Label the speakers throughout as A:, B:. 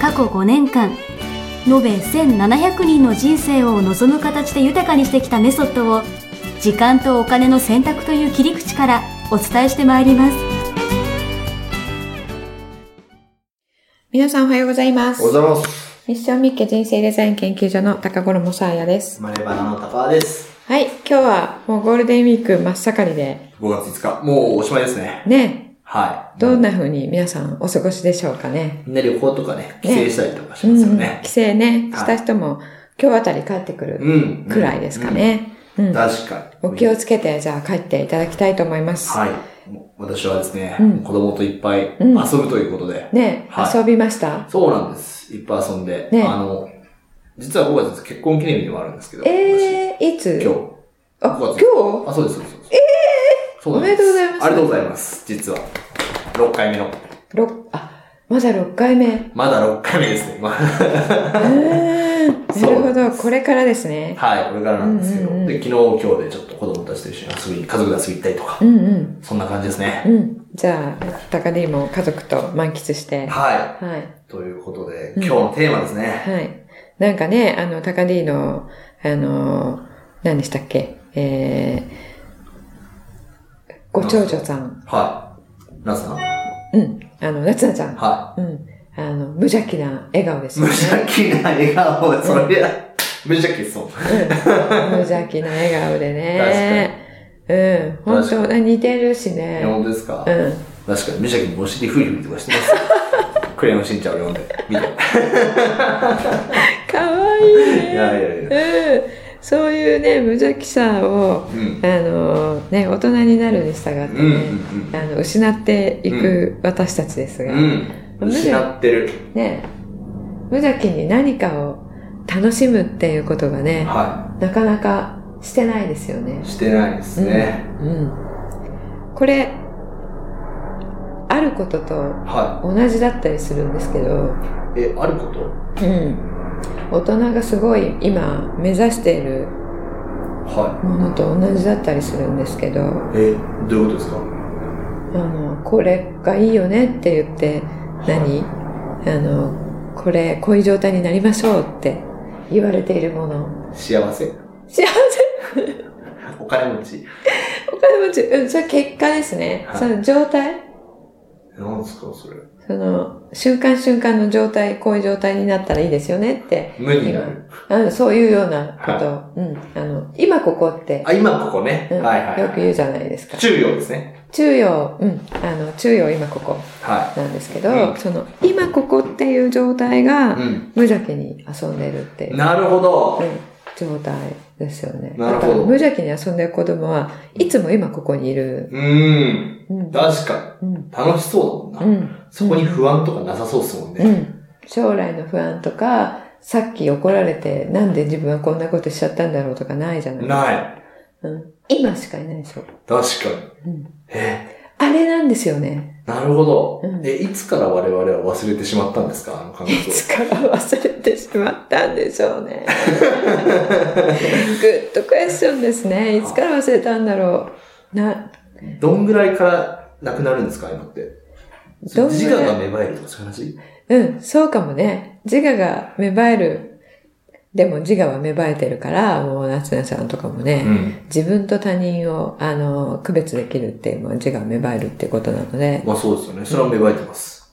A: 過去5年間延べ1700人の人生を望む形で豊かにしてきたメソッドを時間とお金の選択という切り口からお伝えしてまいります
B: 皆さんおはようございます。
C: おはようございます。
B: ミッションミッケ人生デザイン研究所の高頃もさあやです。
C: マレバナの高田です。
B: はい、今日はもうゴールデンウィーク真っ盛りで、
C: 5月5日、もうおしまいですね。
B: ね、
C: はい。
B: どん
C: な
B: な風に皆さんお過ごしでしょうかね。
C: ね、旅行とかね、帰省したりとかし
B: う
C: ますよ
B: ん、
C: ね
B: 帰。省ね、
C: はい
B: した人も今日あたり帰ってく
C: う
B: る
C: ん。
B: くらいですかね。う
C: うん。
B: ん。
C: 確かに。
B: お気をつけて、じゃあ帰っていただきたいと思います。
C: はい。もう私はですね、
B: うん
C: 子供といっぱい遊
B: うん
C: ぶということで、
B: ね、
C: はい
B: 遊びました
C: そうなんです。いっぱい遊んで、
B: ね
C: あの、実は5月結婚記念日でもあるんですけど、
B: えー、いつ
C: 私今日。
B: あ、
C: 5
B: 今
C: 月
B: 日
C: あ、そうです、そうです。ええそうなんです。
B: おめでとうございます
C: ありがとうございます。実は。6回目の。
B: 六あ、まだ6回 目。
C: まだ6回目ですね。まあ
B: うーんなるほど、これからですね。
C: はい、これからなんですけど、
B: うんうんうん
C: で昨日、今日でちょっと子供たちと一緒に遊び、家族で遊び行ったりとか
B: う、んうん。
C: そんな感じですね。
B: うん。じゃあ、高 D も家族と満喫して。は。
C: はいい。ということで、
B: うん
C: 今日のテーマですね。
B: はい。なんかね、あの、高 D の、あの、何でしたっけ、えー、ご長女さん。
C: はい。なつさん。は
B: うん。あの、夏菜ちゃん。
C: い。
B: うん。あの、無邪気な笑顔です
C: 無
B: よね。
C: 邪気な笑顔で、そりゃ、無邪気っすもん。
B: うん無邪気な笑顔でね。うん。本
C: 確
B: 当似てるし
C: え
B: ね。
C: 本当ですか、
B: うん。
C: 確かに無邪気にお尻フリフリとかしてます。クレヨンしんちゃんを読んで、見て。
B: かわいい
C: いや
B: ね。
C: いやいや。
B: うん。そういうね、無邪気さを、
C: うん。
B: あのね、大人になるに従って
C: うんうん
B: ね、あの失っていく私たちです
C: う
B: が、
C: ん。うん。失ってる。
B: ね、無邪気に何かを楽しむっていうことがね、
C: は
B: なかなかしてないですよね
C: い。。してないですね。
B: うん。これ、あることと
C: は
B: 同じだったりするんですけど、
C: い。え、あること
B: うん。大人がすごい今目指している
C: は
B: ものと同じだったりするんですけど、
C: い。え、どういうことですか
B: あの、これがいいよねって言って、何あの、これ、こういう状態になりましょうって言われているもの。
C: 幸せ
B: 幸せ、
C: お金持ち。
B: お金持ち、うん、それ結果ですね。
C: はい
B: その状態、
C: なんですか、それ。
B: その、瞬間瞬間の状態、こういう状態になったらいいですよねって。
C: 無になる。
B: うん、そういうようなこと、うん、あの、今ここって、
C: あ、今ここね。
B: うん
C: はいはい。
B: よく言うじゃないですか。
C: 中庸ですね。
B: 中央、うん、あの、中央今ここ
C: は
B: なんですけど、
C: うん
B: その、今ここっていう状態が、
C: い。うん。
B: 無邪気に遊んでるっていう、
C: なるほ
B: う
C: ど。
B: ん状態ですよね。
C: なるほど
B: だから無邪気に遊んでる子供はいつも今ここにいる。
C: うん。
B: うん
C: 確か
B: うん
C: に。楽しそうだ
B: う
C: もんな。
B: ん
C: そこに不安とかなさそうっすもん
B: う
C: ね。
B: ん将来の不安とか、さっき怒られて、なんで自分はこんなことしちゃったんだろうとかないじゃない、
C: ない。
B: うん今しかいないでしょ。
C: 確か
B: うん
C: に。え、
B: あれなんですよね。
C: なるほど
B: う。ん
C: え、いつから我々は忘れてしまったんですかあの感
B: い
C: 覚を。
B: つから忘れてしまったんでしょう ね。グッドクエスチョンですね。いつから忘れたんだろう。な、
C: どんぐらいからなくなるんですか今って。自
B: どんぐらい
C: 我が芽生えるとかそういう話
B: うん、そうかもね。自我が芽生える。でも自我は芽生えてるから、もう夏菜さんとかもね、
C: うん。
B: 自分と他人を、あの、区別できるっていう、もう自我が芽生えるってことなので、
C: まあそうですよね。それは芽生えてます。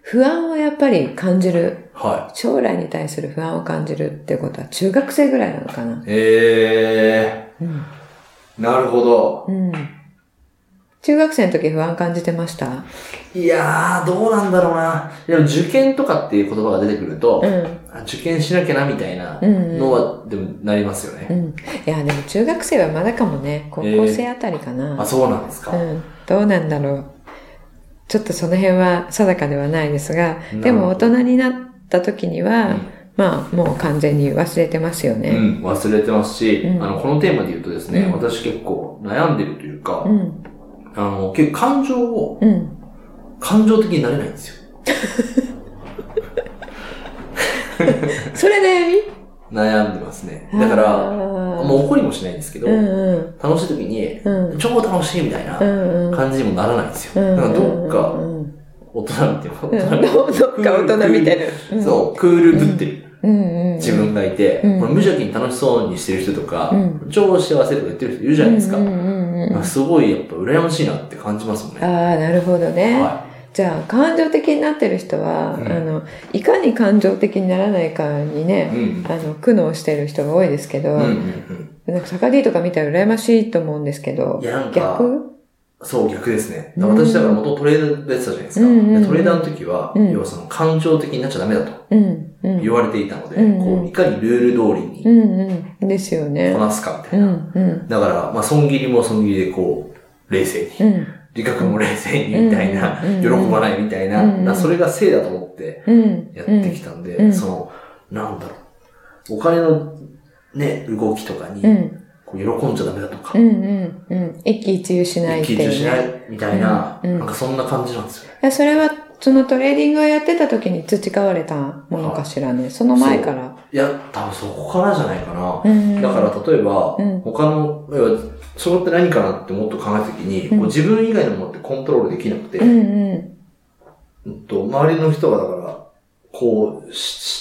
B: 不安をやっぱり感じる。
C: は
B: 将来に対する不安を感じるってことは中学生ぐらいなのかな。
C: い。え
B: うん。
C: ー、なるほど。
B: うん。中学生の時不安感じてました
C: いやー、どうなんだろうな。でも受験とかっていう言葉が出てくると、
B: うん。
C: あ受験しなきゃなみたいな
B: うん。
C: のは、でもなりますよ
B: う
C: ね。
B: ん。いや、でも中学生はまだかもね。高校生あたりかな。
C: あ、そうなんですか。
B: うん、どうなんだろう。ちょっとその辺は定かではないですが、
C: ど
B: でも大人になっった時には、まあ、もう完全に忘れてますよ
C: う
B: ね。
C: ん、忘れてますし、
B: うん
C: あの、このテーマで言うとですね、
B: うん
C: 私結構悩んでるというか、
B: うん。
C: あの、結構感情を、
B: うん。
C: 感情的になれないんですよ。
B: それ悩
C: 悩んでますね。
B: み
C: だから、
B: も
C: もう怒りもしないんですけど、
B: うんうん。
C: 楽しい時に、
B: うん。
C: 超楽しいみたいな
B: うんうん。
C: 感じにもならないんですよ。
B: うん
C: だからどっ
B: う
C: か
B: んうん
C: 大人っていうか、
B: う
C: 大
B: ん
C: 人
B: どどっか大人みたいな。
C: そう、クールぶってる
B: うん。うんうん。
C: 自分がいて、
B: うん
C: これ無邪気に楽しそうにしてる人とか、
B: う
C: 超幸せとか言ってる人いるじゃないですか。
B: うんうんうんうん
C: すごいやっぱ羨ましいなって感じますもんね。
B: ああ、なるほどね。
C: は
B: じゃあ、感情的になってる人は、
C: うん
B: あの、いかに感情的にならないかに
C: い。
B: ね
C: う、ん。
B: あの、苦悩してる人が多いですけど、
C: うんうん
B: なんか、坂 D とか見たら羨ましいと思うんですけ
C: うん。
B: ど
C: い、や、なんか、
B: 逆
C: そう、逆ですね。
B: うん
C: 私だから元トレーダーでやってたじゃないですか。
B: うんうんうん
C: でトレーダーの時は、
B: うん
C: 要はその感情的になっちゃダメだと
B: うん、うん。
C: 言われていたので、
B: うん
C: こういかにルール通り
B: う
C: に
B: ん、うん。ですよね
C: こ。なすかみた
B: う
C: いな。
B: ん、うん。
C: だから、まあ、損切りも損切りでこう、冷静に、
B: うん、
C: 理覚も冷静にみたいな、
B: うん
C: 喜ばないみたいな、
B: うんうん
C: なそれがせいだと思って
B: うん。
C: やってきたんで、
B: うん
C: その、なんだろう、お金のね、動きとかに
B: う、ん、
C: こう喜んじゃダメだとか
B: うん、う、ん、うん。一喜一憂しないっ
C: 一
B: ていう、
C: 喜一憂
B: ね。
C: しないみたいな、
B: うんうん
C: なんかそんな感じなんですよね。
B: いや、それは、そのトレーディングをやってた時に培われたものかしらね。その前から。
C: いや、多分そこからじゃないかな。
B: うん
C: だから例えば、
B: うん
C: 他の、要は、そこって何かなってもっと考えたときに、
B: うん
C: こう自分以外のものってコントロールできなくて、
B: うん、うん、
C: うんと、周りの人がだから、こう、し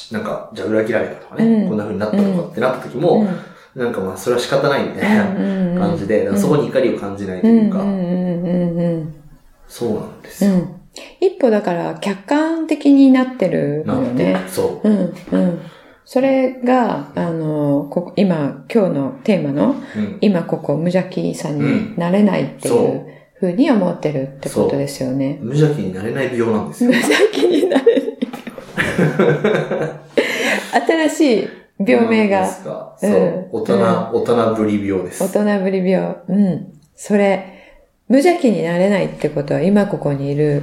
C: しなんか、じゃあ裏切られたとかね、
B: うん
C: こんな風になったとかってなった時
B: うん。
C: も、なんかまあ、それは仕方ないみたいな
B: うん
C: 感じで、だからそこに怒りを感じないと
B: う
C: い
B: ん
C: う
B: う
C: か、
B: んうんうん
C: そうなんです
B: う
C: よ。
B: ん。一歩だから客観的になってる
C: な
B: のよ
C: んで
B: ね。、
C: そ
B: うんうん。それが、あの、ここ今、今日のテーマの、
C: う。うん。
B: 今ここ無邪気さ
C: うん
B: になれないってい
C: そう
B: うふうに思ってるってことですよね。
C: 無邪気になれない病なんです
B: 無
C: よ。
B: 邪気になれない。新しい 病名
C: なん
B: が
C: で、すか。
B: う
C: そ
B: ん
C: う。大人、
B: うん
C: 大人ぶり病です。
B: 大人ぶり病。うん。それ、無邪気になれないってことは、今ここにいる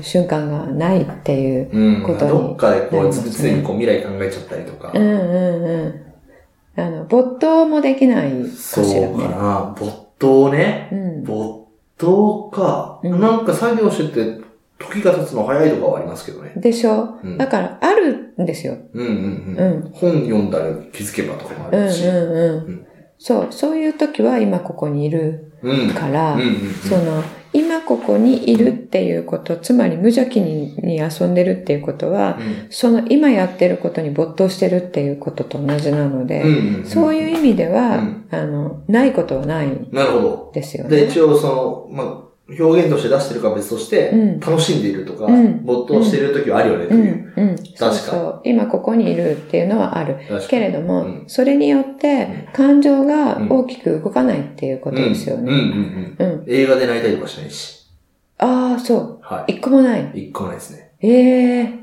B: 瞬間がないっていう。
C: うん。
B: ことに
C: どっかでこ
B: なり
C: う、
B: ます
C: つ
B: ね
C: 常にこう未来考えちゃったりとか。
B: うんうんうん。あの、没頭もできないか
C: そう
B: しら
C: か
B: ね。
C: な。没頭ね。
B: うん。
C: 没頭か。
B: うん
C: なんか作業してて、時が経つの早いとかはありますけどね。
B: でしょ
C: うん
B: だから、あるんですよ。
C: うんう
B: う
C: んうん。
B: ん。
C: 本読んだら気づけばとかもあ
B: うんうん
C: るし。う
B: うん
C: ん。
B: そう、そういう時は今ここにいる
C: うん。うん
B: から、
C: うんうん。
B: その、今ここにいるっていうこと、つまり無邪気にに遊んでるっていうことは、
C: うん
B: その今やってることに没頭してるっていうことと同じなので、
C: うんうん。
B: そういう意味では、
C: うん
B: あの、ないことはないん
C: なるほ
B: ですよ
C: ど。で、
B: ね。
C: 一応その、まあ、表現として出してるかは別として、
B: うん
C: 楽しんでいるとか、
B: うん
C: 没頭している時はあるよねと
B: う
C: いう。
B: ん、うん。そうそう。今ここにいるっていうのはある。
C: 確かに
B: けれども、
C: うん
B: それによっ
C: うん
B: て感情が大きく動かないっていうことですよ
C: うんうん
B: ね。
C: う
B: う
C: ん
B: ん。
C: うん。映画で泣いたりとかしないし。
B: ああ、そう。
C: は
B: 一個もない。
C: い。一個もないですね。
B: ええ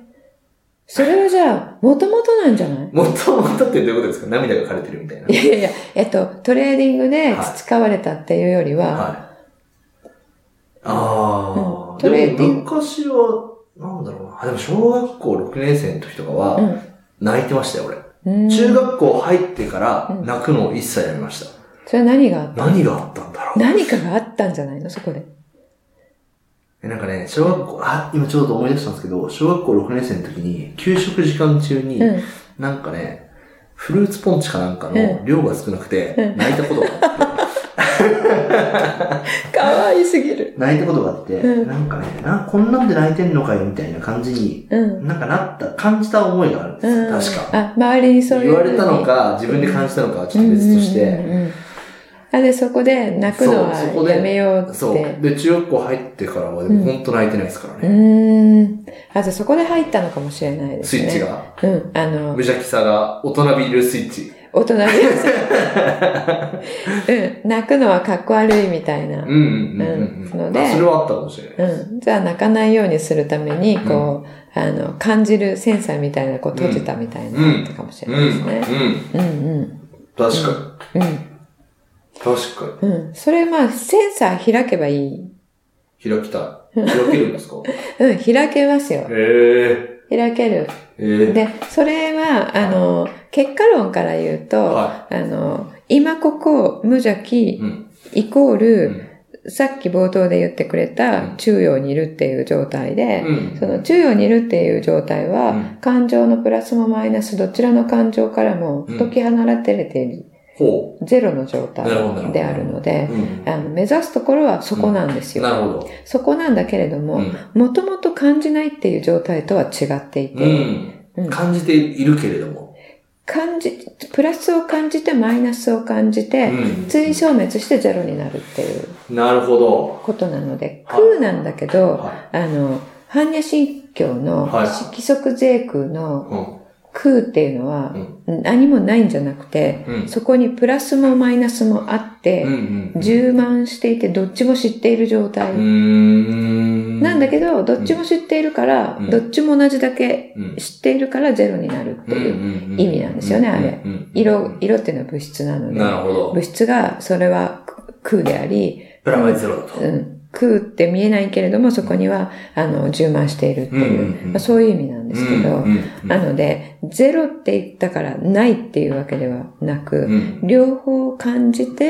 B: それはじゃあ、もともとなんじゃない
C: もっともっとってどういうことですか涙が枯れてるみたいな。
B: いやいやいや、えっと、トレーディングで培われたっていうよりは、
C: はい。ああ、
B: うんトレー
C: で
B: ディ
C: も
B: ン
C: 昔は、なんだろうな。あでも小学校6年生の時とか
B: う
C: は、
B: ん
C: 泣いてましたよ、俺。
B: うん
C: 中学校入ってから
B: うん
C: 泣くのを一切やめました。
B: それは何があった
C: 何があったんだろう。
B: 何かがあったんじゃないのそこ で。
C: えなんかね、小学校、あ、今ちょうど思い出したんですけど、小学校6年生の時に、給食時間中に、
B: うん。
C: なんかね、フルーツポンチかなんかの量が少なくて、
B: うん
C: 泣いたことがあ って、
B: かわいすぎる。
C: 泣いたことがあって、
B: うん
C: なんかねな、こんなんで泣いてんのかよみたいな感じに
B: うん。
C: なんかなった、感じた思いがあるんです
B: うん、
C: よ、確か。
B: あ、周りにそういう
C: 言
B: ふ
C: わ
B: うに。
C: れたのか、自分で感じたのかはちょっと別とし
B: うん
C: て。
B: うんうんうんあ、で、そこで泣くのは
C: そうそこで
B: やめようって。
C: そうう。で、中学校入ってからは、でも本当泣いてないですからね。
B: ーん。あ、じゃあそこで入ったのかもしれないです
C: スイ
B: ね。
C: ッチ。が。
B: うん。あの
C: 無、邪気さが、大人びるスイッチ。
B: 大人で。うん。泣くのはかっこ悪いみたいな。
C: うんうんうんうん。
B: ので
C: あそれはあったかもしれない。
B: うん、じゃあ泣かないようにするために、こう、あの、感じるセンサーみたいな、こう閉じたみたいな
C: うん
B: のかもしれ
C: う
B: ないです
C: ん、
B: ね。
C: うん。
B: うん、うん、
C: 確か
B: うん、
C: に。確か
B: うん。それまあ、センサー開けばいい。
C: に。開きたい。開けるんですか
B: うん、開けますよ。
C: へえ。
B: 開ける。
C: えー、
B: で、それは、あの、結果論から言うと、
C: は
B: あの、今ここ無邪
C: い。
B: 気
C: うん。
B: イコー
C: う
B: ル、
C: ん。
B: さっき冒頭で言ってくれ
C: うん
B: た中央にいるっていう状態で、
C: うん
B: その中央にいるっていう状態は、
C: うん
B: 感情のプラスもマイナスどちらの感情からも
C: うん
B: 解き放てれている、
C: ほ
B: ゼロの状態
C: なるほどなるほど
B: であるの
C: う。
B: で、
C: うん。
B: あの目指すところはそこなんですよ。
C: なるほど。
B: そこなんだけれども、
C: う
B: もともと感じないっていう状態とは違っていて、
C: ん。
B: う
C: うんん。感じているけれども。
B: 感じ、プラスを感じてマイナスを感じ
C: う
B: て、
C: ん。
B: 追消滅してゼロになるっていう
C: なるほど。
B: ことなので、
C: はい
B: 空なんだけど、
C: は
B: あの、般若心経の
C: はい
B: 色即税空
C: い。
B: の
C: う
B: 空っていうのは
C: うん
B: 何もないんじゃなくて、
C: ん。うん。
B: そこにプラスもマイナスもあって
C: うん。、うん。
B: 充満していてどっちも知っている状態
C: うーん。
B: なんだ
C: ど、
B: けど、どっちも知っているから
C: うん、
B: どっちも同じだけ
C: うん。
B: 知っているからゼロになるっていう。意味なんですよねあれ
C: れ
B: 色、色っていうのは物質なので、
C: なるほど
B: 物。質がそれは空であり、
C: プラマイゼロだと。
B: うん、空って見えないけれどもそこにはあの充満しているっていう、
C: うんうんうん
B: まあ、そういう意味なんですけど、
C: うんうんうん
B: なのでゼロって言ったからないっていうわけではな
C: う
B: く、
C: ん
B: 両方感じて、
C: う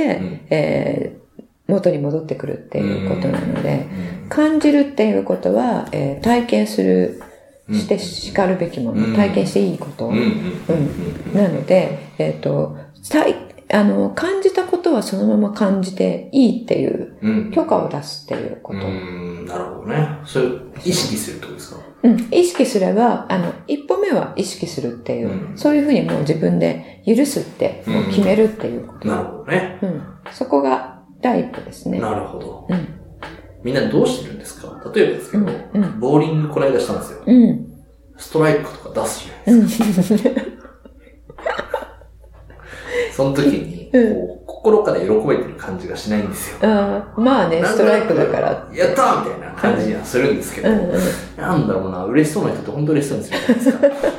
C: ん
B: えー元に戻ってくるっていうことなので、感じるっていうことは、えー体験する
C: うん
B: してしかるべきもの、
C: うん
B: 体験していいこと、
C: うんうんうん
B: なので、えっ、と、さいあの、感じたことはそのまま感じていいっていう、
C: うんうん
B: 許可を出すっていうこ
C: う
B: と。
C: んなるほどね。それ意識するってことですか
B: うん。意識すれば、あの、一歩目は意識するっていう、
C: うん
B: そういうふうにもう自分で許すって、もう決めるっていうこと。
C: なるほどね。
B: うん。そこが第一歩ですね。
C: なるほど。
B: うん。
C: みんなどうしてるんですか例えばですけ
B: う
C: ど、
B: ん。うん。
C: ボーリングこの間したんですよ。
B: うん。
C: ストライクとか出すじゃないですか
B: うん。
C: その時に、こ
B: うん
C: う、心から喜べてる感じがしないんですよ。
B: あーまあね、ストライクだからって。
C: やったーみたいな感じにはするんですけど、
B: うんうん。
C: なんだろうな、嬉しそうな人って本当嬉しそうにするじゃないですか。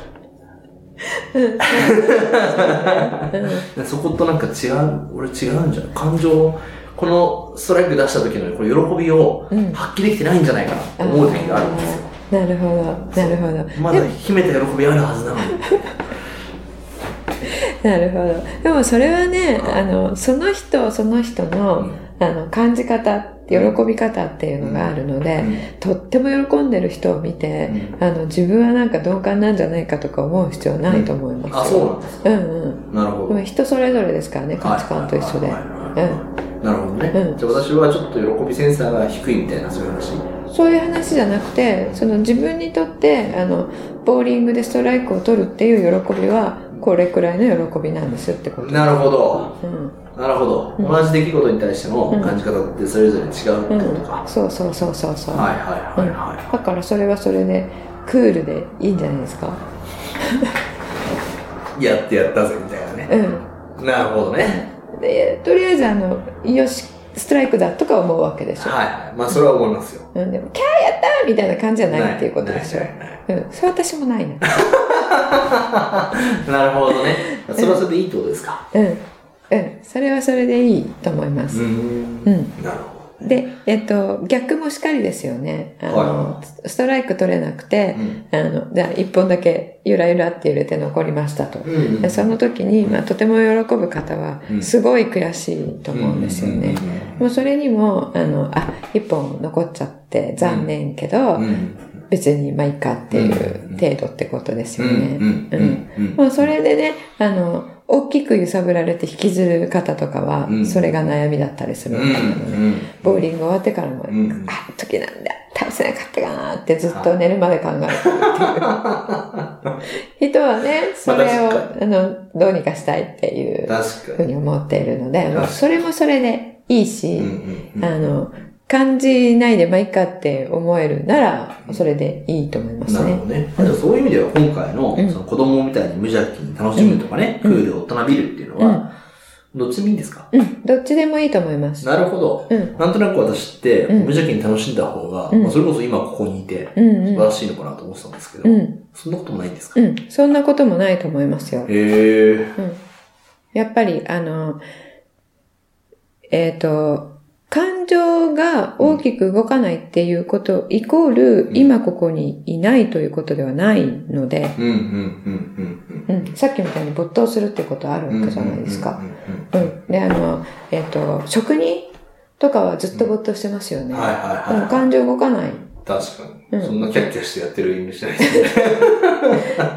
C: でそことなんか違う、俺違うんじゃない感情、このストライク出した時のこの喜びを
B: うん
C: 発揮できてないんじゃないかなって思う時があるんですよ。
B: あーなるほど、なるほど。
C: まだ秘めた喜びあるはずなのに。
B: なるほど。でもそれはね、あの、その人その人の、あの、感じ方、喜び方っていうのがあるので、とっても喜んでる人を見て、あの、自分はなんか鈍感なんじゃないかとか思う必要ないと思いますよ。
C: あ、そうなんですか。
B: うんうん。
C: なるほ
B: で
C: ど
B: も。人それぞれですからね、価値観と一緒で。
C: はいはいはいはいなるほどね、
B: うん
C: じゃあ私はちょっと喜びセンサーが低いみたいなそういう話
B: そういう話じゃなくて、その自分にとって、あの、ボーリングでストライクを取るっていう喜びは、これくらいの喜びなんですってこと。
C: なるほど
B: うん。
C: なるほど、
B: うん
C: 同じ出来事に対しての感じ方ってそれぞれ違うってことか、
B: そうそうそうそうそう。
C: はいはいはいはい、
B: だからそれはそれでクールでいいんじゃないですか
C: やってやったぜみたいなね、
B: うん
C: なるほどね
B: でとりあえずあのよしストライクだとか思うわけでしょ、
C: はいはいまあそれは思いますよ
B: うん、でもキャーやったーみたいな感じじゃないっていうことでしょ
C: ないないない
B: うん、それ私もないな
C: なるほどねそれはそれでいいってことですか
B: うんうんそれはそれでいいと思いま
C: う
B: す、
C: ん
B: うん
C: なるほ
B: で、えっと、逆もしかりですよね。あの、
C: は
B: ストライク取れなくて
C: ど、うん
B: あの、じゃあ一本だけゆらゆらって揺れて残りましたと。
C: うん
B: でその時に、まあ、とても喜ぶ方は
C: うん
B: すごい悔しいと思うんですよね。もうそれにもあのあ一本残っちゃって残念けど、
C: うんうん
B: 別にまあいいかっていう程度ってことですよね。もうそれでねあの大きく揺さぶられて引きずる方とかは、
C: うん
B: それが悩みだったりす
C: う
B: る
C: ん
B: わ
C: う
B: け
C: ん
B: なので、
C: うん
B: ボーリング終わってからも、
C: うん
B: あ時なんだ倒せなかったかなってずっと寝るまで考えてるって いう人はねそれを
C: まあ
B: あのどうにかしたいっていう
C: 確
B: ふ
C: か
B: う
C: に
B: に思っているので、
C: ん
B: まあ、それもそれでいいし、
C: うんうん
B: あの、感じないでまあいいかって思えるなら、それでいいと思います
C: なる
B: ね
C: ほど。ね。あとそういう意味では今回の,、
B: うん
C: その子供みたいに無邪気に楽しむとかね、
B: うん
C: クールで大人びるっていうのは、どっちでもいいんですか、
B: うん、どっちでもいいと思います。
C: なるほど。
B: うん、
C: なんとなく私って、
B: うん
C: 無邪気に楽しんだ方が、
B: うん
C: まあ、それこそ今ここにいて、
B: うん
C: 素晴
B: う
C: ら
B: ん、
C: しいのかなと思ってたんですけど、
B: うん、
C: そんなこともないんですか、
B: うん、そんなこともないと思いますよ。
C: へえ。
B: うん、やっぱり、あの、えっ、と、感情が大きく動かないっていうこと、イコール、
C: うん
B: 今ここにいないということではないので、
C: うんうんうんうん
B: うん、さっきみたいに没頭するってことある
C: うん。
B: わけじゃないですか。
C: う
B: うん。
C: うん
B: で、あの、えっ、と、職人とかはずっと没頭してますよね。
C: ん。はい
B: で
C: はい
B: も
C: は
B: 感情動かない。
C: い。確か
B: う
C: に。
B: ん
C: そんなキャッキャしてやってる意味しないですね。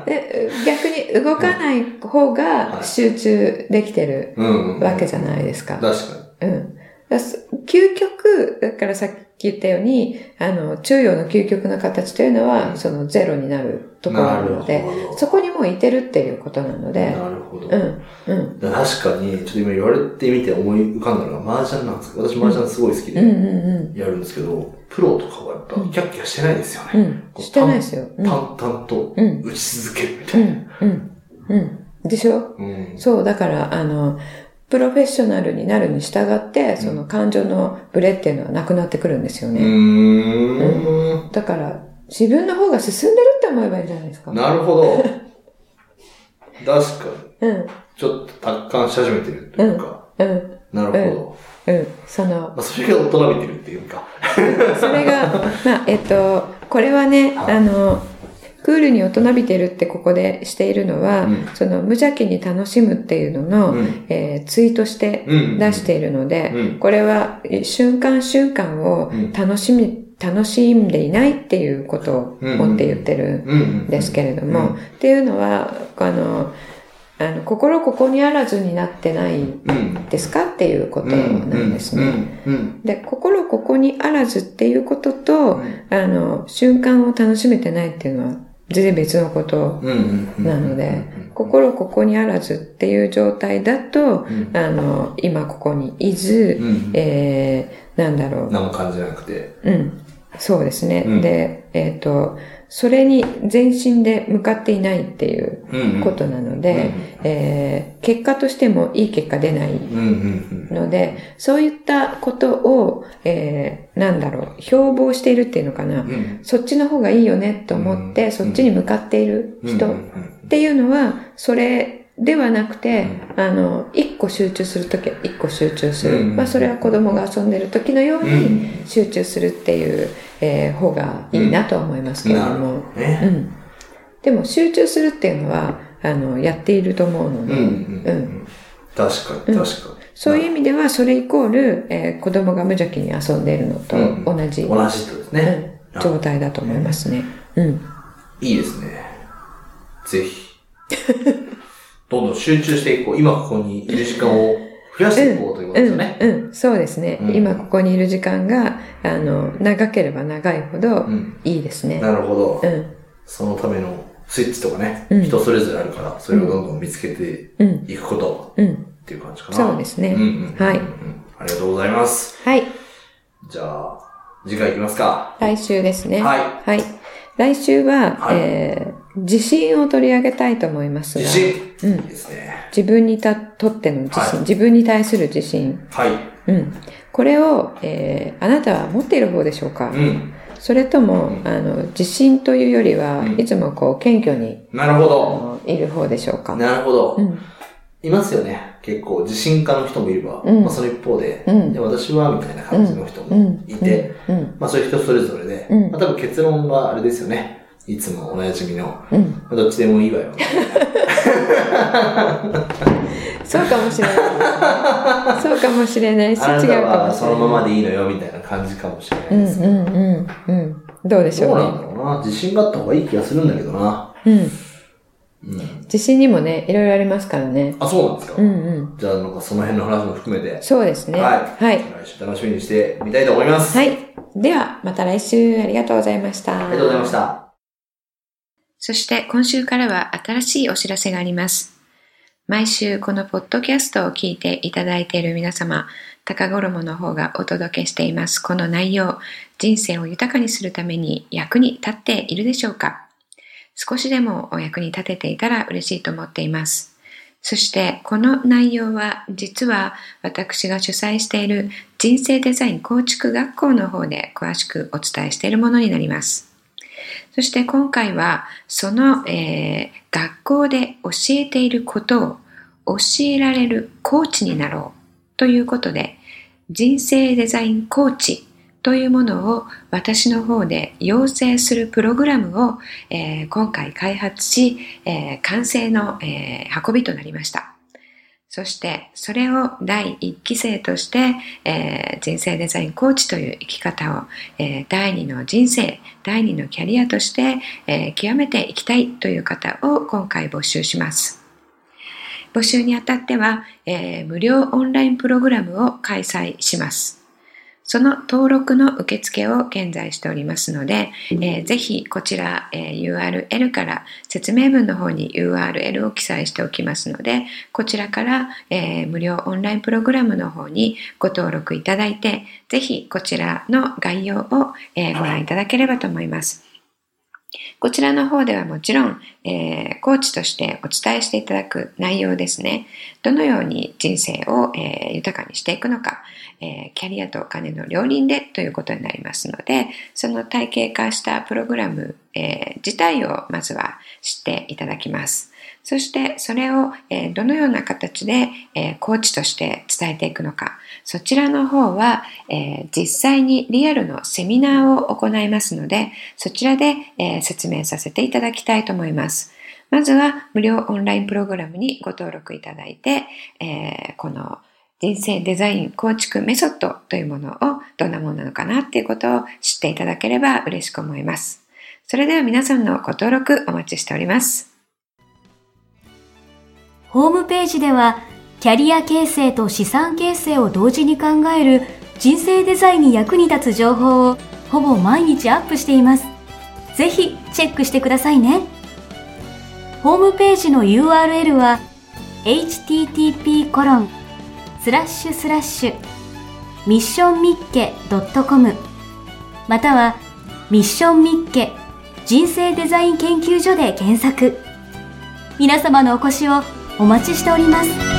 B: で逆に動かない方
C: は
B: が
C: い
B: 集中できてる
C: うんうん。
B: わけじゃ
C: い。
B: ないですか。
C: 確かに。
B: うん。だす究極、だからさっき言ったように、あの、中央の究極の形というのは、
C: うん
B: そのゼロになるところがあるので、
C: ほど
B: そこにもういてるっていうことなので、
C: なるほど。
B: う
C: だか
B: ん、うん、
C: ら確かに、ちょっと今言われてみて思い浮かんだのが、麻雀なんですけど、私麻雀すごい好き
B: うん、うん
C: でやるんですけど、プロとかはやっぱ
B: うん
C: キャッキャしてないですよ
B: うん、う
C: ね。
B: ん。してないですよ。うん、
C: 淡々と
B: うん、
C: 打ち続けるみた
B: う
C: いな。
B: ん、うん、うん。でしょ
C: うん。
B: そう、だから、あの、プロフェッショナルになるに従って、その感情のブレっていうのはなくなってくるんですよ
C: う
B: ね。
C: ーん。
B: だから、自分の方が進んでるって思えばいいんじゃないですか。
C: なるほ ど。確かに。
B: うん、
C: ちょっと達観し始めてるというか。
B: うん、
C: なるほど。
B: うん。その、
C: まあ、それが大人びてるっていうか。
B: それが、 まあ、えっと、これはね、
C: はい
B: あの、クールに大人びてるってここでしているのは、
C: うん
B: その無邪気に楽しむっていうのの、
C: うん
B: えーツイートして
C: うん
B: 出しているので、
C: うん
B: これはえー瞬間瞬間を
C: うん
B: 楽しみ、楽しんでいないっていうことを持って言ってる
C: うんん
B: ですけれども、
C: うん
B: っていうのは、あの、あの心ここにあらずになってない
C: うん。
B: ですかっていうことなんですね。
C: うん。うん。
B: で、心ここにあらずっていうことと、
C: うん
B: あの、瞬間を楽しめてないっていうのは全然別のこと
C: うんうんうん。
B: なので、
C: うん、
B: 心ここにあらずっていう状態だと、
C: うん
B: あの、今ここにいず、
C: うん
B: えー、なんだろう、
C: 何も感じなくて。
B: うん、そうですね。
C: うん
B: で、えっ、と、それに全身で向かっていないっていう
C: うんうん
B: ことなので、えー結果としてもいい結果出ない
C: うんうん
B: ので、そういったことを、えー、なんだろう、標榜しているっていうのかな。
C: うん。うん。
B: そっちの方がいいよねと思って、
C: うん
B: そっちに向かっている人
C: うんう
B: っ
C: ん
B: ていうのは、それではなくて、あの、一個集中するときは一個集中する。
C: うん
B: まあ、それは子供が遊んでるときのよう
C: うん。うん
B: に集中するっていう、えー方がいいなとは思いますけれど
C: なる
B: も。
C: ほどね。
B: うん。でも、集中するっていうのは、あの、やっていると思うの
C: う
B: で、
C: んうんう
B: うん
C: ん。確かに、確かに。
B: そういう意味では、それイコール、えー子供が無邪気に遊んでいるのと同じ、
C: 同じってことですね。
B: うん状態だと思いますね。うん。
C: いいですね。ぜひ。どんどん集中していこう。今ここにいる時間を増やしていこうということですよね。
B: うん、うん、そうですね、
C: うん
B: 今ここにいる時間が、あの、長ければ長いほど
C: うん
B: いいですね。
C: なるほど
B: う。ん、
C: そのためのスイッチとかね、
B: うん
C: 人それぞれあるから、それをどんどん見つけて
B: うん、
C: いくこと
B: うん。
C: っていう感じかな。
B: そうですね
C: うんうんうん
B: はい
C: うんありがとうございます。
B: はい、
C: じゃあ、次回いきますか。
B: 来週ですね。。
C: はい
B: 来週は、
C: はい
B: えー自信を取り上げたいと思いますが、
C: 自信、
B: うん
C: いいですね。
B: 自分にたとっての自信、
C: はい
B: 自分に対する自信、
C: はい。
B: うん。これを、えーあなたは持っている方でしょうか、
C: うん。
B: それとも、
C: うん
B: あの、自信というよりは、
C: うん
B: いつもこう、謙虚に、
C: なるほ
B: あ
C: ど。
B: のいる方でしょうか
C: なるほど。
B: うん。
C: いますよね。結構、自信家の人もいれば、
B: うん
C: まあ、その一方で、
B: うん
C: で私はみたいな感じの人もいて、
B: うん、
C: まあ、そういう人それぞれで、
B: うん
C: まあ、多分結論はあれですよね。いつもおなじみの、ま
B: うん。
C: あどっちでもいいわよ。みたいな
B: そうかもしれ ない。 そうかもしれないし、違う
C: あなた
B: かも
C: は
B: し
C: そ
B: れ
C: の
B: ない。
C: ままでいいのよ、みたいな感じかもしれ
B: う
C: ない
B: ん
C: です。
B: うんうんうん。どうでし
C: ど
B: ょ
C: うなん
B: う
C: だろうな。自信があった方がいい気がするんだけどな。
B: ね。うん。
C: うん。
B: 自信にもね、いろいろありますからね。
C: あ、そうなんですか。
B: うんうん。
C: じゃあ、なんかその辺の話も含めて、
B: そうですね。
C: はい。
B: はい。
C: 来週楽しみにしてみたいと思います。
B: はいでは、また来週ありがとうございました。
C: ありがとうございまし。た。
B: そして今週からは新しいお知らせがあります。毎週このポッドキャストを聞いていただいている皆様、高衣の方がお届けしています。この内容、人生を豊かにするために役に立っているでしょうか少しでもお役に立てていたら嬉しいと思っています。そしてこの内容は実は私が主催している人生デザイン構築学校の方で詳しくお伝えしているものになります。そして今回はその、えー学校で教えていることを教えられるコーチになろうということで人生デザインコーチというものを私の方で養成するプログラムを、えー今回開発し、えー完成の、えー運びとなりました。そしてそれを第1期生として、えー人生デザインコーチという生き方を、えー第2の人生第2のキャリアとして、えー極めていきたいという方を今回募集します。募集にあたっては、えー無料オンラインプログラムを開催します。その登録の受付を現在しておりますので、えーぜひこちら、えー URL から説明文の方に URL を記載しておきますので、こちらから、えー無料オンラインプログラムの方にご登録いただいて、ぜひこちらの概要を、えーご覧いただければと思います。こちらの方ではもちろん、えーコーチとしてお伝えしていただく内容ですね。どのように人生を、えー豊かにしていくのか、えーキャリアとお金の両輪でということになりますので、その体系化したプログラム、えー自体をまずは知っていただきます。そしてそれを、えーどのような形で、えーコーチとして伝えていくのか、そちらの方は、えー実際にリアルのセミナーを行いますので、そちらで、えー説明させていただきたいと思います。まずは無料オンラインプログラムにご登録いただいて、えーこの人生デザイン構築メソッドというものをどんなものなのかなっていうことを知っていただければ嬉しく思います。それでは皆さんのご登録お待ちしております。
A: ホームページでは、キャリア形成と資産形成を同時に考える人生デザインに役に立つ情報をほぼ毎日アップしています。ぜひチェックしてくださいね。ホームページの URL は http コロンスラッシュスラッシュミッションミッケ .com またはミッションミッケ人生デザイン研究所で検索。皆様のお越しをお待ちしております。